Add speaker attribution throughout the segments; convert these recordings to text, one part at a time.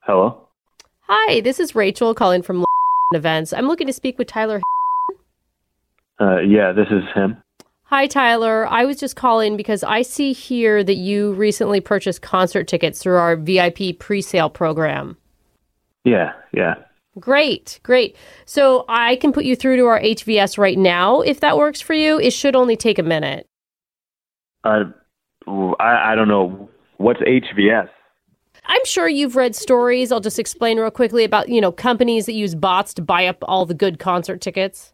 Speaker 1: Hello.
Speaker 2: Hi, this is Rachel calling from Events. I'm looking to speak with Tyler.
Speaker 1: Uh, yeah, this is him.
Speaker 2: Hi, Tyler. I was just calling because I see here that you recently purchased concert tickets through our VIP pre-sale program.
Speaker 1: Yeah, yeah.
Speaker 2: Great, great. So I can put you through to our HVS right now if that works for you. It should only take a minute.
Speaker 1: Uh, I I don't know what's HVS.
Speaker 2: I'm sure you've read stories. I'll just explain real quickly about, you know, companies that use bots to buy up all the good concert tickets.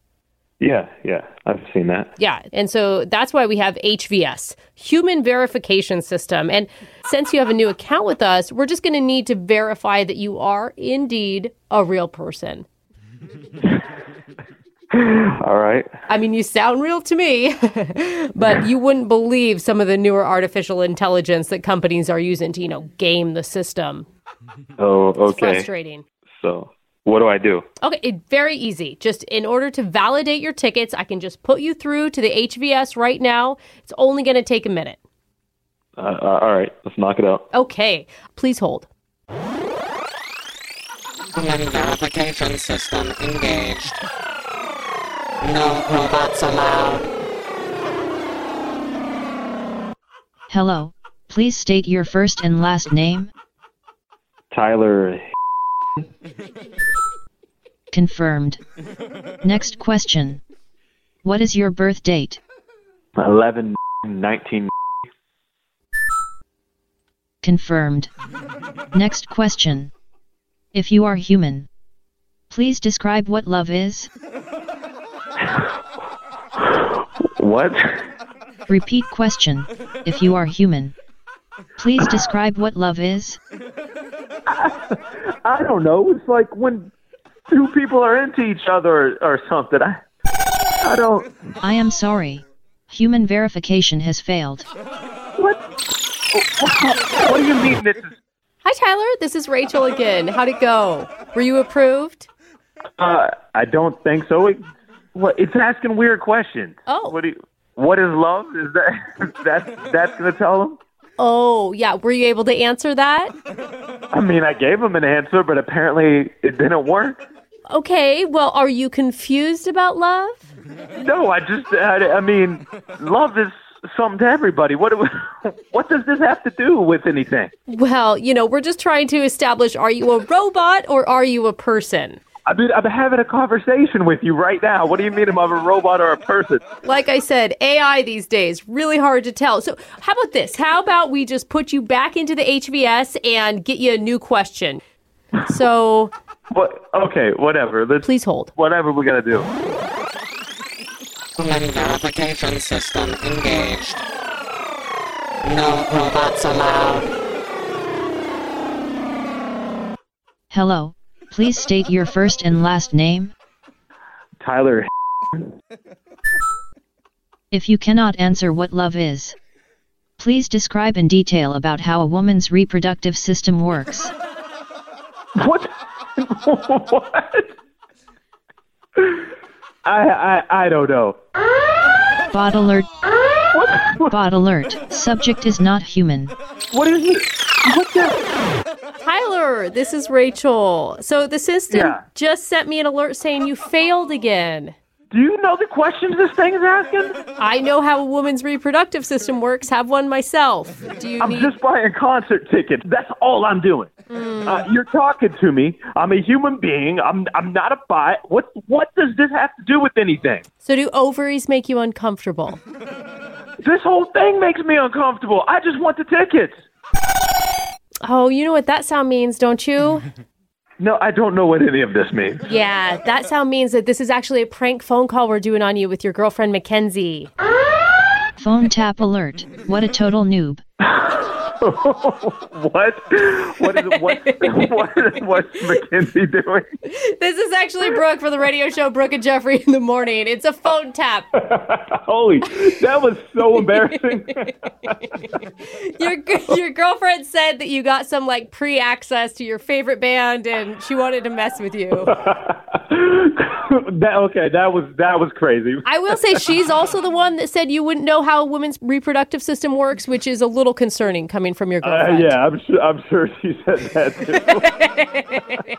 Speaker 1: Yeah, yeah. I've seen that.
Speaker 2: Yeah. And so that's why we have HVS, Human Verification System. And since you have a new account with us, we're just going to need to verify that you are indeed a real person.
Speaker 1: All right.
Speaker 2: I mean, you sound real to me, but you wouldn't believe some of the newer artificial intelligence that companies are using to, you know, game the system.
Speaker 1: Oh,
Speaker 2: It's
Speaker 1: okay.
Speaker 2: frustrating.
Speaker 1: So, what do I do?
Speaker 2: Okay, it, very easy. Just in order to validate your tickets, I can just put you through to the HVS right now. It's only going to take a minute.
Speaker 1: Uh, uh, all right, let's knock it out.
Speaker 2: Okay, please hold.
Speaker 3: Human verification system engaged. No robots allowed.
Speaker 4: Hello, please state your first and last name.
Speaker 1: Tyler.
Speaker 4: Confirmed. Next question. What is your birth date?
Speaker 1: 11 19
Speaker 4: Confirmed. Next question. If you are human, please describe what love is.
Speaker 1: What?
Speaker 4: Repeat question. If you are human, please describe what love is.
Speaker 1: I don't know. It's like when two people are into each other or, or something. I I don't
Speaker 4: I am sorry. Human verification has failed.
Speaker 1: What? What, what do you mean this is
Speaker 2: Hi, Tyler. This is Rachel again. How'd it go? Were you approved?
Speaker 1: Uh, I don't think so. It, what, it's asking weird questions.
Speaker 2: Oh.
Speaker 1: What do you, what is love? Is that that's that's gonna tell him?
Speaker 2: Oh, yeah. Were you able to answer that?
Speaker 1: I mean, I gave him an answer, but apparently it didn't work.
Speaker 2: Okay, well, are you confused about love?
Speaker 1: No, I just I, I mean, love is something to everybody. What do we- what does this have to do with anything?
Speaker 2: Well, you know, we're just trying to establish are you a robot or are you a person?
Speaker 1: I mean, I'm having a conversation with you right now. What do you mean? Am I a robot or a person?
Speaker 2: Like I said, AI these days, really hard to tell. So, how about this? How about we just put you back into the HVS and get you a new question? So,
Speaker 1: What? Okay, whatever. Let's
Speaker 2: please hold.
Speaker 1: whatever we gotta do.
Speaker 3: Human verification system engaged. No robots allowed.
Speaker 4: Hello, please state your first and last name.
Speaker 1: Tyler,
Speaker 4: If you cannot answer what love is, please describe in detail about how a woman's reproductive system works.
Speaker 1: What? what? I, I I don't know.
Speaker 4: Bot alert,
Speaker 1: What? What,
Speaker 4: bot alert, subject is not human.
Speaker 1: what is it? What the?
Speaker 2: Tyler, this is Rachel. So, the system
Speaker 1: Yeah.
Speaker 2: just sent me an alert saying you failed again.
Speaker 1: Do you know the questions this thing is asking?
Speaker 2: I know how a woman's reproductive system works, have one myself. Do you
Speaker 1: I'm
Speaker 2: need
Speaker 1: just buying concert tickets. That's all I'm doing. Uh, you're talking to me. I'm a human being. I'm I'm not a bot. What what does this have to do with anything?
Speaker 2: So do ovaries make you uncomfortable?
Speaker 1: This whole thing makes me uncomfortable. I just want the tickets.
Speaker 2: Oh, you know what that sound means, don't you?
Speaker 1: No, I don't know what any of this means.
Speaker 2: Yeah, that sound means that this is actually a prank phone call we're doing on you with your girlfriend Mackenzie.
Speaker 4: Phone tap alert, what a total noob.
Speaker 1: what? What is what? what what's Mackenzie doing?
Speaker 2: This is actually Brooke for the radio show Brooke and Jeffrey in the morning. It's a phone tap.
Speaker 1: Holy, that was so embarrassing.
Speaker 2: Your your girlfriend said that you got some like pre-access to your favorite band and she wanted to mess with you.
Speaker 1: that okay, that was that was crazy.
Speaker 2: I will say she's also the one that said you wouldn't know how a woman's reproductive system works, which is a little concerning coming coming from your
Speaker 1: Uh,
Speaker 2: girlfriend.
Speaker 1: yeah, I'm sure. I'm sure she said that too.